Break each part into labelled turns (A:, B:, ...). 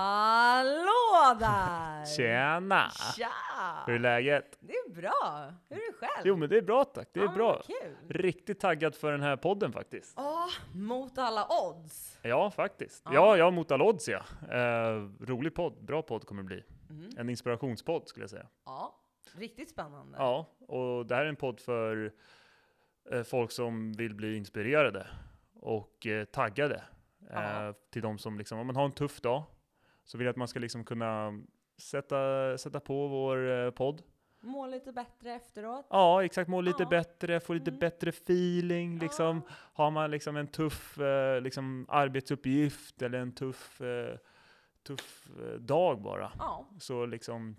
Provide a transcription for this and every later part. A: Hallå där!
B: Tjena!
A: Tja!
B: Hur är läget?
A: Det är bra. Hur är det själv?
B: Jo men det är bra tack, det är
A: Ja, men
B: bra.
A: Kul.
B: Riktigt taggad för den här podden faktiskt.
A: Ja, mot alla odds.
B: Ja, faktiskt.
A: Ja.
B: Ja, ja, mot all odds ja. Eh, rolig podd, bra podd kommer det bli.
A: Mm.
B: En inspirationspodd skulle jag säga.
A: Ja, riktigt spännande.
B: Ja, och det här är en podd för eh, folk som vill bli inspirerade och eh, taggade. Eh,
A: Ja.
B: till de som liksom, om man har en tuff dag, så vill jag att man ska liksom kunna sätta, sätta på vår eh, podd.
A: Må lite bättre efteråt.
B: Ja, exakt. Må lite
A: Ja.
B: bättre, få lite
A: Mm.
B: bättre feeling. Liksom.
A: Ja.
B: Har man liksom en tuff eh, liksom, arbetsuppgift eller en tuff, eh, tuff eh, dag bara,
A: Ja,
B: så liksom,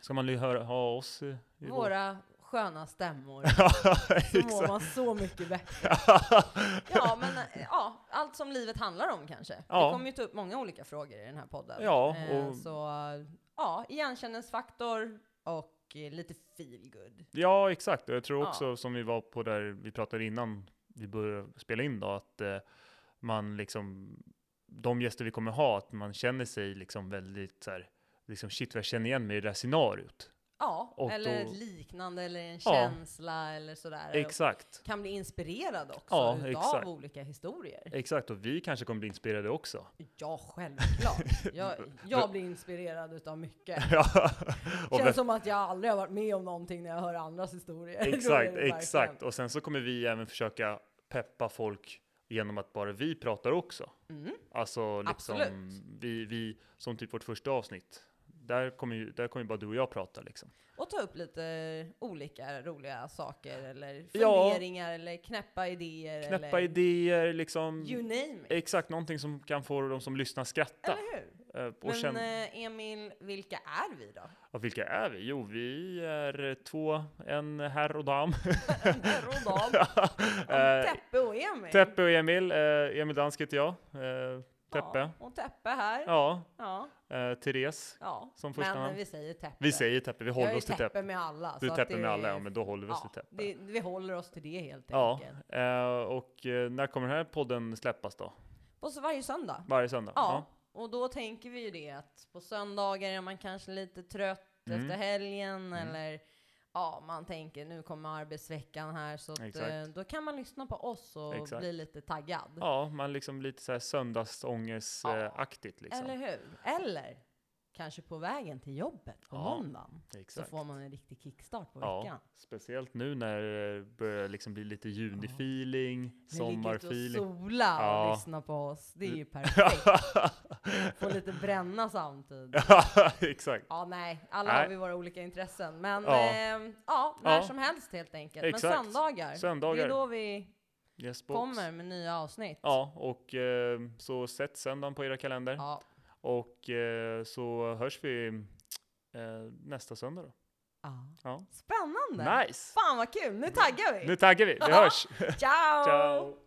B: ska man li- höra, ha oss eh, i vår-
A: våra sköna stämmor.
B: Ja,
A: Så mår
B: exakt.
A: man så mycket bättre. Ja, men eh, ja, allt som livet handlar om kanske.
B: Ja.
A: Vi kommer ju ta upp många olika frågor i den här podden.
B: Ja,
A: Eh,
B: och-
A: Så ja, igenkänningsfaktor och eh, lite feel good.
B: ja, exakt. Och jag tror
A: Ja.
B: också, som vi var på där vi pratade innan vi började spela in, då, att eh, man liksom, de gäster vi kommer ha, att man känner sig liksom väldigt så här, liksom shit vad jag känner igen mig i det här scenariot.
A: Ja,
B: Och
A: eller
B: då-
A: ett liknande eller en
B: Ja.
A: känsla eller sådär. Och
B: Exakt.
A: Kan bli inspirerad också
B: Ja,
A: utav
B: exakt.
A: olika historier.
B: Exakt, och vi kanske kommer bli inspirerade också.
A: Ja, självklart. Jag, jag blir inspirerad utav mycket.
B: Ja, och
A: Känns
B: vem,
A: som att jag aldrig har varit med om någonting när jag hör andras historier. Så är det
B: exakt,
A: verkligen.
B: exakt. Och sen så kommer vi även försöka peppa folk genom att bara vi pratar också.
A: Mm.
B: Alltså liksom,
A: Absolut.
B: vi, vi, som typ vårt första avsnitt, där kommer ju, där kommer ju bara du och jag prata liksom.
A: Och ta upp lite olika roliga saker eller
B: Ja.
A: funderingar eller knäppa idéer.
B: Knäppa
A: eller
B: idéer, liksom.
A: You name it.
B: Exakt, någonting som kan få de som lyssnar skratta.
A: Eller hur?
B: eh, Och
A: Men
B: känna,
A: eh, Emil, vilka är vi då?
B: ja, vilka är vi? Jo, vi är två, en herr och dam.
A: Rodal,
B: Eh,
A: Teppe och Emil.
B: Teppe och Emil. Eh, Emil Dansk heter jag. Eh, Teppe.
A: Ja, och Teppe här. Ja.
B: Ja.
A: ja,
B: Eh, Therese.
A: Som
B: Som
A: första
B: första
A: men eh,
B: namn.
A: vi säger Teppe.
B: Vi säger Teppe, vi
A: Jag
B: håller
A: är
B: oss till Teppe.
A: med alla.
B: Du
A: så
B: är
A: att
B: Teppe med
A: det-
B: alla, ja men då håller vi oss till Teppe.
A: Det, vi håller oss till det helt
B: Ja,
A: enkelt.
B: eh, och eh, när kommer den här podden släppas då?
A: På så varje söndag.
B: Varje söndag?
A: Ja, och då tänker vi ju det att på söndagar är man kanske lite trött
B: Mm.
A: efter helgen
B: Mm.
A: eller ja, man tänker nu kommer arbetsveckan här så att,
B: Exakt.
A: eh, då kan man lyssna på oss och
B: Exakt.
A: bli lite taggad.
B: Ja. ja, man liksom lite så här söndagsångestaktigt liksom.
A: Eller hur? Eller kanske på vägen till jobbet på
B: Ja,
A: måndagen
B: Exakt.
A: så får man en riktig kickstart på
B: Ja,
A: veckan.
B: speciellt nu när det börjar liksom bli lite juni-feeling,
A: Vi ligger ute och
B: sommarfeeling.
A: sola och
B: Ja. Mm.
A: lyssna på oss. Det är ju perfekt. Få lite bränna samtidigt.
B: Exakt.
A: Ja, nej, alla
B: Nej.
A: har vi våra olika intressen. Men
B: Ja.
A: ja, ja när
B: Ja.
A: som helst helt enkelt.
B: Exakt.
A: Men söndagar, det är
B: Söndagar.
A: då vi
B: Yes, box.
A: kommer med nya avsnitt.
B: Ja, och eh, så sätt söndagen på era kalender.
A: Ja,
B: Och eh, så hörs vi eh, nästa söndag då.
A: ja.
B: Ja.
A: Spännande!
B: Nice!
A: Fan vad kul, nu taggar vi!
B: Nu taggar vi, vi hörs!
A: Ciao!
B: Ciao!